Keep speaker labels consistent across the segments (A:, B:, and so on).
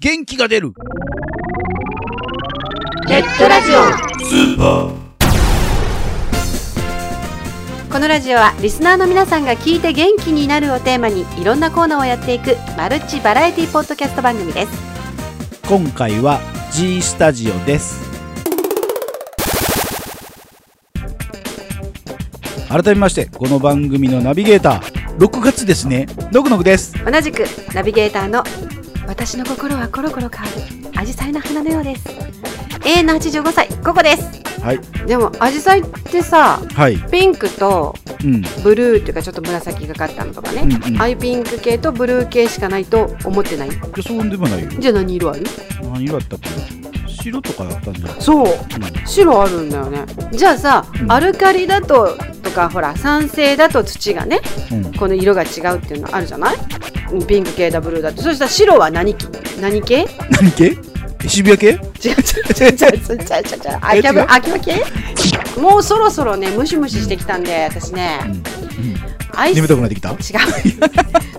A: 元気が出る
B: ネットラジオこのラジオはリスナーの皆さんが聞いて元気になるをテーマにいろんなコーナーをやっていくマルチバラエティポッドキャスト番組です
A: 今回は G スタジオです改めましてこの番組のナビゲーター6月ですねノクノクです
B: 同じくナビゲーターの私の心はコロコロ変わる紫陽花の花のようです永遠の85歳ここです
A: はい
B: でも紫陽花ってさ
A: はい
B: ピンクと
A: うんうん
B: ブルーっていうかちょっと紫がかったのとかね、
A: うん
B: アイピンク系とブルー系しかないと思ってない
A: じゃそうでもないよ
B: じゃあ何色ある
A: 何色だったっけな白とかだったんじゃない
B: そう
A: う
B: 白あるんだよねじゃあさ、
A: うん
B: アルカリだととかほら酸性だと土がね
A: んうん
B: この色が違うっていうのあるじゃないうんピンク系だブルーだってそしたら白は何系何系違う違
A: 何系渋谷系
B: う違う違う違う違う違う違うあ
A: え
B: キャブ
A: 違う
B: 秋葉系もうそろそろねムシムシしてきたんで私
A: う
B: ね
A: ん
B: アイス 違
A: 眠
B: う
A: たくなってきた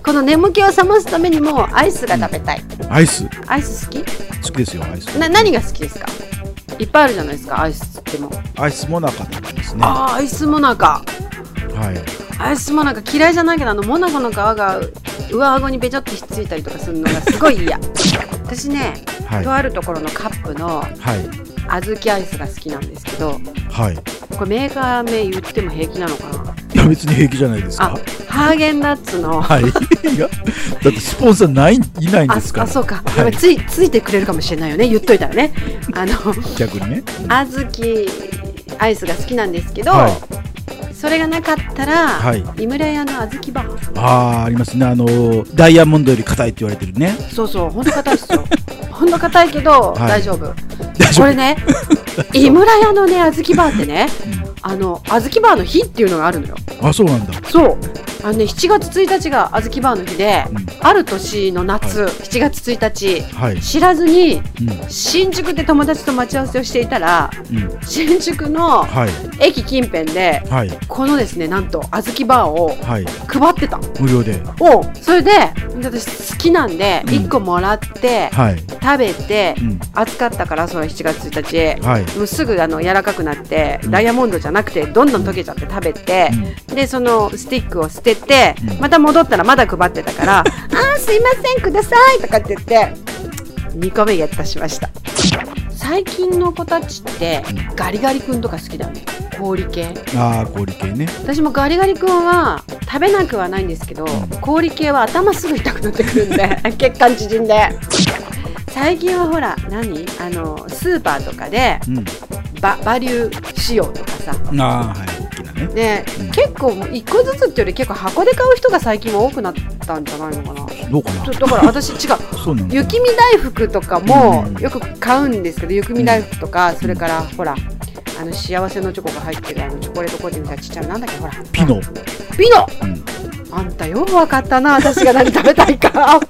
B: この眠気を覚ますためにもうアイスが食べたい
A: アイス
B: アイス好き
A: 好きですよアイス
B: な何が好きですかいっぱいあるじゃないですかアイスっても
A: アイスもなかったですねは
B: あーアイスもなんか
A: い
B: アイスもなんか嫌いじゃないけどあのモナコの皮が上顎にべちゃってひっついたりとかするのがすごい嫌私ね、
A: はい
B: とあるところのカップの
A: はい
B: 小豆アイスが好きなんですけど
A: はい
B: これメーカー名言っても平気なのかない
A: や別に平気じゃないです
B: あ
A: か
B: ハーゲンダッツの
A: はいいやだってスポンサーないいないん
B: ああ
A: ですから
B: そうか、
A: はい
B: ついついてくれるかもしれないよね言っといたらね あの
A: 逆にね
B: 小豆アイスが好きなんですけど、
A: はい
B: それがなかったら、
A: はい
B: 井村屋の小豆バー
A: あーありますねあのーダイヤモンドより硬いって言われてるね
B: そうそう、本当硬いっすよ。本当硬いけど、
A: はい
B: 大丈夫。
A: 大丈
B: こ
A: 夫
B: れね、井村屋のね、小豆バーってね、あの、小豆バーの日っていうのがあるのよ。
A: あそうなんだ
B: そう。あのね、7月1日が小豆バーの日で、
A: うん
B: ある年の夏、7月1
A: はい
B: 日、知らずに、
A: うん
B: 新宿で友達と待ち合わせをしていたら、
A: うん
B: 新宿の
A: はい
B: 駅近辺で、
A: はい
B: このですね、なんと、小豆バーを
A: はい
B: 配ってた。
A: 無料で
B: おうそれで、私好きなんで、
A: うん
B: 1個もらって、
A: はい
B: 食べて、
A: うん
B: 暑かったからその7月1日、
A: はい
B: もうすぐあの柔らかくなって、
A: うん
B: ダイヤモンドじゃなくてどんどん溶けちゃって食べて、でそのスティックを捨てて、
A: うん
B: また戻ったらまだ配ってた から「あーすいませんください」とかって言って2個目ゲットしました最近の子たちって
A: うん
B: ガリガリ君とか好きだよね氷系
A: ああ氷系ね
B: 私もガリガリ君は食べなくはないんですけど、
A: ん
B: 氷系は頭すぐ痛くなってくるん で血管縮んで最近はほら何あのスーパーとかで
A: うん
B: ババリュー仕様とかさ
A: ああはい大きなね
B: ね、
A: うん
B: 結構もう一個ずつってより結構箱で買う人が最近は多くなったんじゃないのかな
A: どうかな
B: ちょだから 私違う
A: そうなんだ
B: 雪見大福とかも
A: うん
B: よく買うんですけど雪見大福とかそれからほらあの幸せのチョコが入ってるあのチョコレートコーティングみたいなちっちゃいのなんだっけほら
A: ピノ
B: ピノ
A: うん
B: あんたよくわかったな私が何食べたいか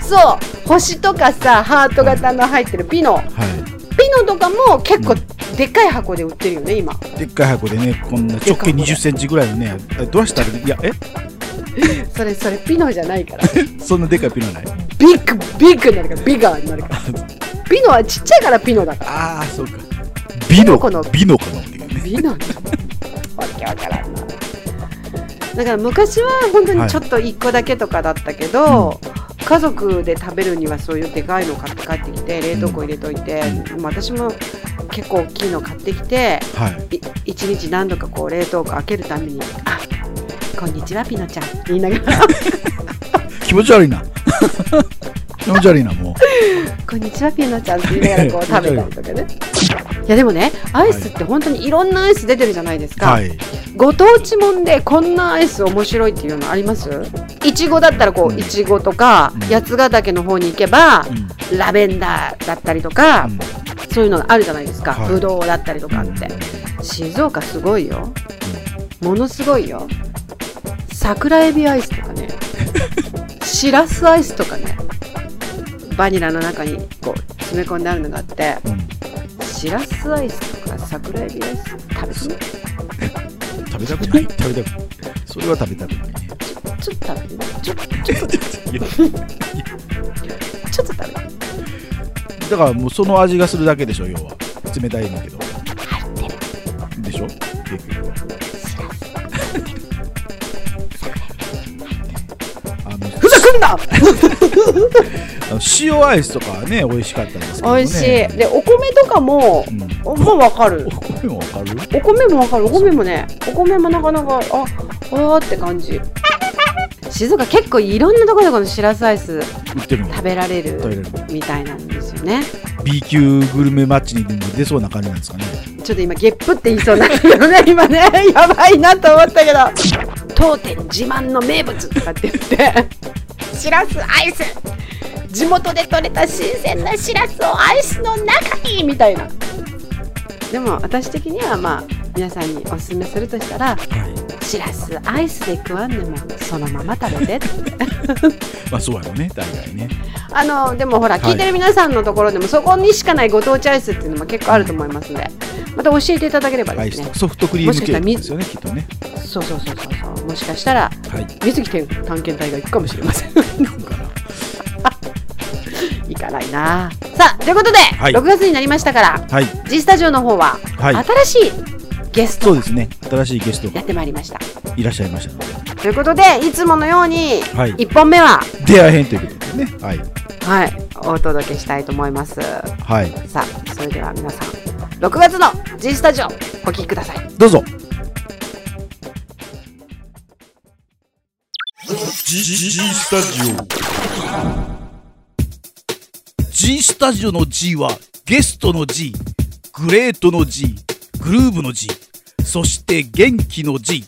B: そう星とかさハート型の入ってるピノ
A: は
B: ピノとかも結構でっかい箱で売ってるよね今
A: いでっかい箱でねこんな直径2 0ンチぐらいのねえどうしたらいやえ
B: それそれピノじゃないから
A: そんなでかいピノない
B: ビッグビッグになるからビガーになるからピノはちっちゃいからピノだから
A: ああそうか美の
B: この
A: 美のかなっていうね
B: ピノわけわからんなだから昔は本当にちょっと1個だけとかだったけど、家族で食べるにはそういうでかいの買って帰ってきて冷凍庫入れといて、まあ私も結構大きいの買ってきて
A: はい
B: い一日何度かこう冷凍庫開けるために「あこんにちはピノちゃん」って言いながら
A: 気持ち悪い な気持ち悪いなもう
B: 「こんにちはピノちゃん」って言いながらこう食べたりとかね。いやでもねアイスって本当にいろんなアイス出てるじゃないですか、
A: はい
B: ご当地もんでこんなアイス面白いっていうのありますいちごだったらこ
A: うん
B: ういちごとか、
A: うん
B: 八ヶ岳の方に行けば
A: う、ん
B: ラベンダーだったりとか、
A: うん
B: そういうのがあるじゃないですか、
A: はい
B: ぶどうだったりとかって、静岡すごいよものすごいよ桜エビアイスとか ねしらすアイスとかねバニラの中にこう詰め込んであるのがあって
A: うんうん
B: しらすアイスとか桜エビアイス食べて
A: 食べたくない食べたくないそれは食べたくないね
B: みちょっと食べてみちょ
A: いや
B: ちょっと
A: だからもうその味がするだけでしょ要は冷たいんだけどでしょ結局はあの
B: ふざくんな
A: あの塩アイスとかはね美味しかったですけどね
B: 美味しいでお米とかも
A: うん、
B: もうわかる
A: お米もわかる
B: お米もわかるお米もねお米もなかなかああーって感じ静岡結構いろんなところでこのしらすアイス
A: 売ってるの
B: 食べられ
A: 食べれ
B: る
A: る
B: みたいなんですよね
A: B 級グルメマッチにでも出そうな感じなんですかね
B: ちょっと今ゲップって言いそうになったけどね 今ねやばいなと思ったけど当店自慢の名物とかって言って しらすアイス地元で採れた新鮮なしらすをアイスの中にみたいなでも私的にはまあ皆さんにお勧めするとしたら
A: はい
B: しらすアイスで食わんでもそのまま食べて
A: まあそうやろね大概ね
B: あのでもほら、
A: はい
B: 聞いてる皆さんのところでもそこにしかないご当地アイスっていうのも結構あると思いますのでまた教えていただければ
A: ア
B: で
A: イ
B: す
A: ス
B: ね
A: とソフトクリームケーキですよねきっとね
B: そうそうそうそうそうもしかしたら
A: はい
B: 水木天探検隊が行くかもしれません 行かないなさあということで、
A: い
B: 6月になりましたから
A: はい
B: G スタジオの方は、
A: はい
B: 新しいゲスト
A: そうですね新しいゲスト
B: や
A: が
B: ってまいりました
A: いらっしゃいましたので
B: ということでいつものように、
A: はい
B: 1本目は、
A: 出会えへんということでねはい
B: はい、お届けしたいと思います
A: はい
B: さあそれでは皆さん6月の G スタジオお聴きください
A: どうぞ
C: G, G, G Stadio.
A: G スタジオの G はゲストの G グレートの G グルーブの G そして元気の G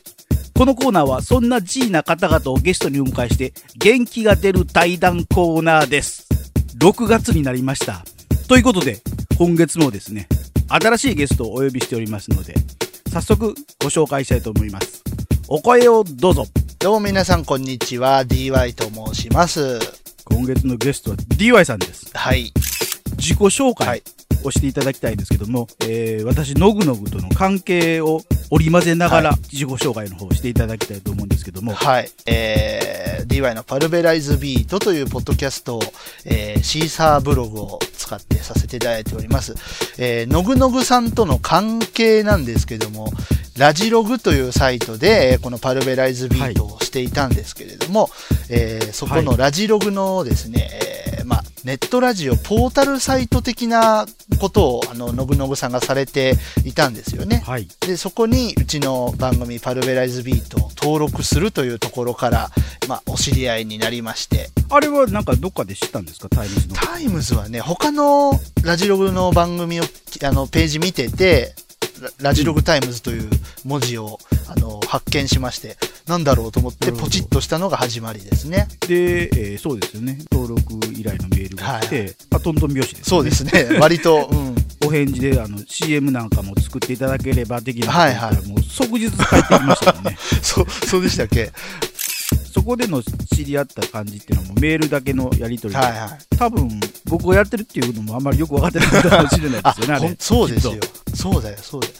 A: このコーナーはそんな G な方々をゲストにお迎えして元気が出る対談コーナーです6月になりましたということで今月もですね新しいゲストをお呼びしておりますので早速ご紹介したいと思いますお声をどうぞ
D: どうも皆さん、こんにちは。DY と申します。
A: 今月のゲストは DY さんです
D: はい。
A: 自己紹
D: は
A: 介
D: い
A: をしていただきたいんですけども、えー私ノグノグとの関係を織り交ぜながら自己紹介の方をしていただきたいと思うんですけども、
D: はい。えー、DY のパルベライズビートというポッドキャストを、えー、シーサーブログを使ってさせていただいております。えー、のぐのぐさんとの関係なんですけども、ラジログというサイトで、えーこのパルベライズビートをしていたんですけれども、えーそこのラジログのですね、えーまあ、ネットラジオポータルサイト的なことを、あの、のぐのぐさんがされていたんですよね。
A: はい、
D: でそこにうちの番組「パルベライズビート」を登録するというところから、まあ、お知り合いになりまして
A: あれはなんかどっかで知ったんですかタイムズの
D: タイムズはね他のラジログの番組をあのページ見ててララジログタイムズという文字をあの発見しましてなんだろうと思っ
A: な
D: て
A: るほど
D: ポチッとしたのが始まりですね
A: で、えーそうですよね登録依頼のメールが来て、あトントン拍子です、ね、
D: そうですね 割と、うん、
A: お返事であの CM なんかも作っていただければできな
D: はいはい
A: いもう即日帰ってきましたよ ね
D: そそうでしたっけ
A: そこでの知り合った感じっていうのはもうメールだけのやり取りで、
D: はいはい
A: 多分僕がやってるっていうのもあんまりよく分かってないかもしれないですよねあ
D: ほ
A: れ
D: んそうですよ
A: きっ。
D: そうだよ、そうだよ。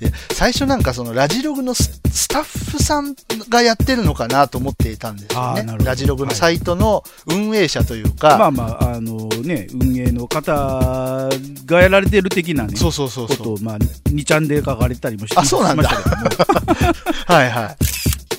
D: で最初なんかそのラジログのススタッフさんがやってるのかなと思っていたんですよ
A: あー
D: ね
A: なるほ。ど
D: ラジログのサイトの運営者という
A: とま
D: か、
A: あまああのね運営の方がやられてる的なね
D: そうそうそう
A: こ
D: そ
A: と
D: う。
A: をまあ2ちゃんで書かれたりもして
D: あそうなんだ
A: しましたけども
D: はいは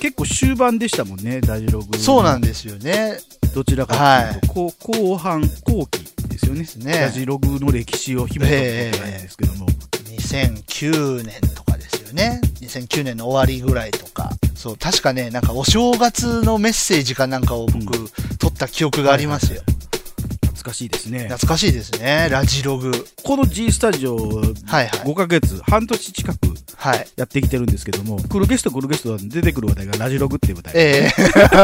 A: 結構終盤でしたもんねラジログ
D: い。そうなんですよね。
A: どちらかというと、こう後半後期ですよね
D: すね
A: ラジログの歴史を紐解くことなんですけども、
D: 2009年とかですよね。2009年の終わりぐらいとか。そう、確かね、なんかお正月のメッセージかなんかを僕、
A: う
D: 撮った記憶がありますよ。
A: 懐かしいですね
D: 懐かしいですね。ラジログ。
A: この G スタジオ
D: はいはい
A: 5ヶ月半年近く
D: はい。
A: やってきてるんですけども、来るゲスト来るゲスト出てくる話題がラジログっていう舞台。
D: ええ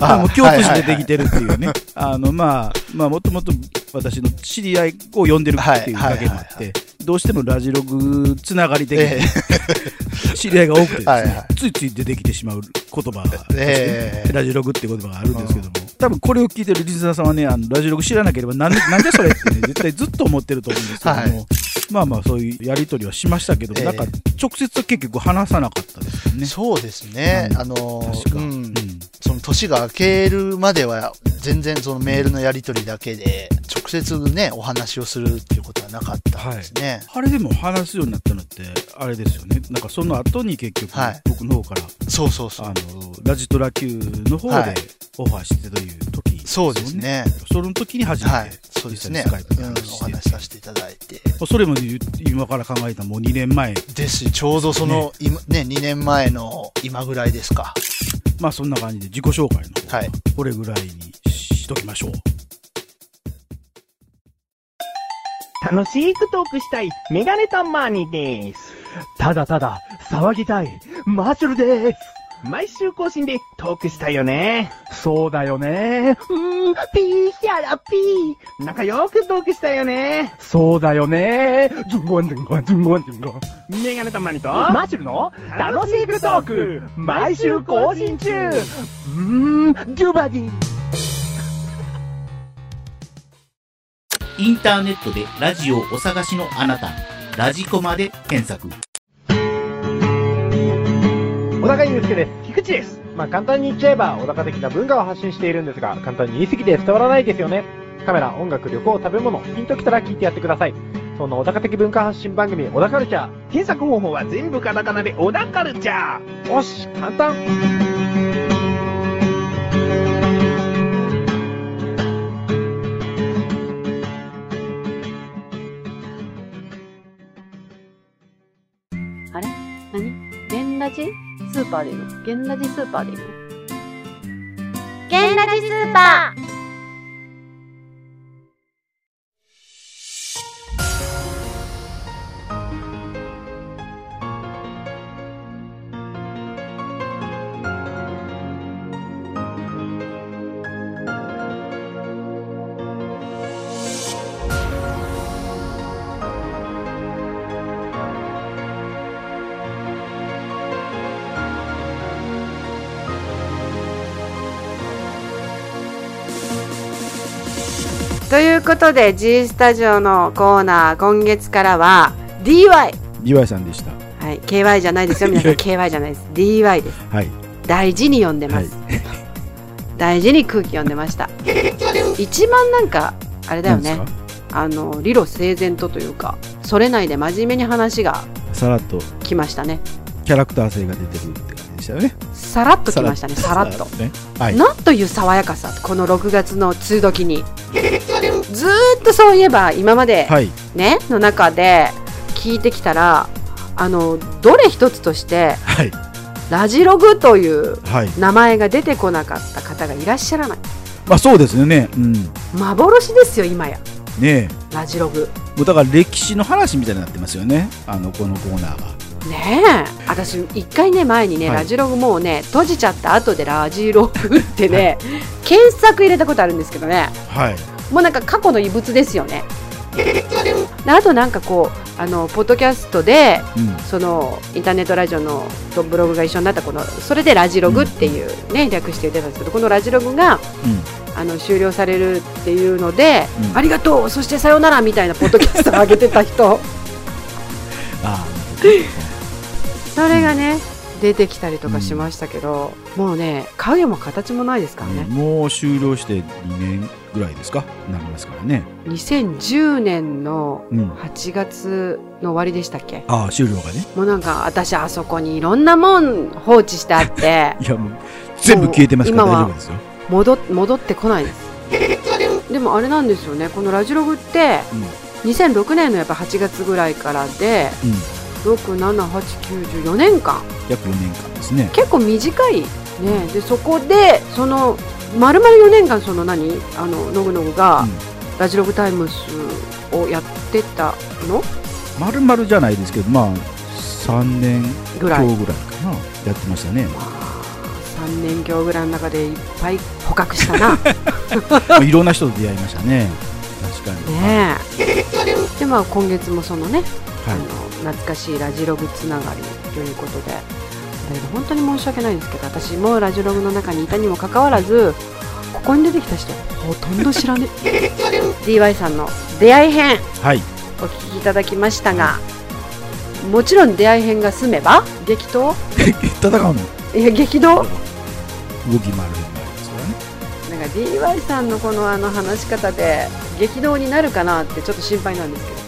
A: あもう共通して出てきて
D: て
A: るっていうね。あの、まあ、まあ、もともと私の知り合いを呼んでるっていうだけもあっ
D: はいはいは
A: て、
D: い
A: どうしてもラジログつながり的
D: ええ
A: に知り合いが多くてですね、
D: はいは
A: ついつい出てきてしまう言葉が、
D: ええ
A: ラジログっていう言葉があるんですけども、多分これを聞いてるリスナーさんはね、あのラジログ知らなければなんで、なんでそれ ってね、絶対ずっと思ってると思うんですけども、
D: はい
A: まあまあそういうやりとりはしましたけども、
D: ええ
A: なんか直接は結局話さなかったですよね。
D: そうですね、
A: うん
D: あの
A: 確か
D: うん
A: うん
D: その年が明けるまでは全然そのメールのやり取りだけで直接ね、お話をするっていうことはなかったんですね。
A: あれでも話すようになったのって、あれですよね。なんかその後に結局、
D: はい
A: 僕の方から、
D: そうそうそう。
A: あの、ラジトラ Q の方
D: は
A: で
D: い
A: オファーしてという時、
D: そうです。ね。
A: その時に初めて、
D: はい。そうですね。
A: 実際にスカイプで
D: うん、お
A: 話して、
D: 話しさせていただいて。
A: それも言う今から考えたらもう2年前、
D: ですし、ちょうどその、今ね、2年前の今ぐらいですか。
A: まあそんな感じで自己紹介の方は
D: はい
A: これぐらいにしときましょう。
E: 楽しくトークしたい、メガネタマーニーです。ただただ、騒ぎたい、マッシュルです。毎週更新でトークしたいよね。そうだよね。うーん、ピーヒャラピー。仲良くトークしたいよね。そうだよね。ズンゴンズンゴンズンゴンズンゴン。メガネタマーニと、マッシュルの楽しくトーク、毎週更新中。うーん、ジュバディ。
F: インターネットでラジオをお探しのあなた、ラジコマで検索。
G: 小高祐介です。菊池です。まあ簡単に言っちゃえば、小高的な文化を発信しているんですが、簡単に言い過ぎて伝わらないですよね。カメラ、音楽、旅行、食べ物、ピンときたら聞いてやってください。そんな小高的文化発信番組、小高カルチャー。
E: 検索方法は全部カタカナで小田カルチャー。
G: おし、簡単
H: あれ何ゲンラジスーパーでいいのゲンラジスーパーでいいの
I: ゲンラジスーパー
B: ということで G スタジオのコーナー今月からは DY、は
A: 岩井さんでした。
B: い、KY じゃないですよ皆さん KY じゃないです DY です
A: はい。
B: 大事に読んでます、 大事に空気読んでました一番なんかあれだよね
A: 何です
B: あの理路整然とというかそれないで真面目に話が
A: かさらっと
B: 来ましたね
A: キャラクター性が出てるって感じでしたよね。
B: さらっと来ましたねさらっと
A: ね。はい。
B: なんという爽やかさこの6月の梅雨時にずーっとそういえば今まで
A: はい。
B: ねの中で聞いてきたらあのどれ一つとして
A: はい。
B: ラジログという
A: はい。
B: 名前が出てこなかった方がいらっしゃらない
A: まあそうですよね。うん。
B: 幻ですよ今や
A: ねえ。
B: ラジログ
A: もうだから歴史の話みたいになってますよね。あの、このコーナーが。
B: ねえ私一回ね前にね、
A: はい
B: ラジログもうね閉じちゃった後でラジログってね、検索入れたことあるんですけどね
A: はい。
B: もうなんか過去の異物ですよねであとなんかこうあのポッドキャストで
A: うん。
B: そのインターネットラジオのとブログが一緒になったこのそれでラジログっていうね、略して言ってたんですけどこのラジログがあの終了されるっていうので、
A: うん
B: ありがとうそしてさよならみたいなポッドキャストを上げてた 人
A: あ
B: それがね出てきたりとかしましたけど、もうね影も形もないですか
A: あ、
B: らね、
A: もう終了して2年ぐらいですかなりますからね。
B: 2010年の
A: うん。
B: 8月の終わりでしたっけ
A: ああ、終了がね。
B: もうなんか私あそこにいろんなもん放置してあって
A: いや、もう全部消えてますから大
B: 今は
A: 丈夫ですよ。
B: 戻っ戻ってこないですでもあれなんですよねこのラジログって
A: うん。
B: 2006年のやっぱ8月ぐらいからで
A: うん。
B: 67894年間
A: 約4年間ですね。
B: 結構短いねでそこでその丸々4年間その何あのノグノグが
A: うん
B: ラジログタイムスをやってたの
A: まるまるじゃないですけど、まあ、3年
B: ぐ
A: 今
B: らい
A: 日ぐらいかな。やってましたね。
B: 3年強ぐらいの中でいっぱい捕獲し たなね
A: まあいろんな人と出会いましたね。確かに。
B: えでまあ今月もそのね、あの
A: は
B: 懐かしいラジログつながりということでだけど本当に申し訳ないんですけど私もラジログの中にいたにもかかわらずここに出てきた人ほとんど知らねえ DY さんの出会い編
A: い。はい。
B: お聞きいただきましたがもちろん出会い編が済めば激闘
A: 戦うの
B: いや激動
A: 動き回るようになりますからね。
B: なんか DY さんのこのあの話し方で激動になるかなってちょっと心配なんですけど。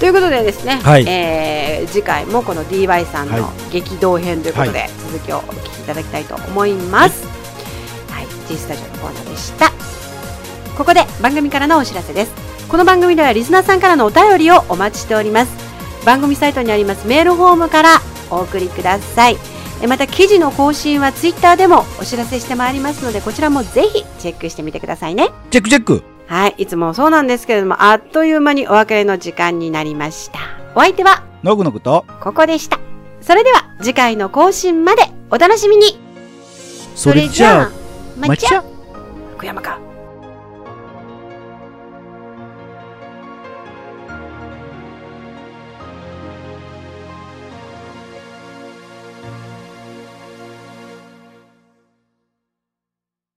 B: ということでですね、
A: はい
B: えー次回もこの DY さんの
A: は
B: 激動編ということで、続きをお聞きいただきたいと思います。はい、G スタジオのコーナーでした。ここで番組からのお知らせです。この番組ではリスナーさんからのお便りをお待ちしております。番組サイトにありますメールフォームからお送りください。えまた記事の更新はツイッターでもお知らせしてまいりますので、こちらもぜひチェックしてみてくださいね。
A: チェックチェック
B: はい、いつもそうなんですけれども、あっという間にお別れの時間になりました。お相手は
A: のぐのぐと
B: ここでした。それでは次回の更新までお楽しみに。
A: それじゃあ
B: まっちゃ福山か。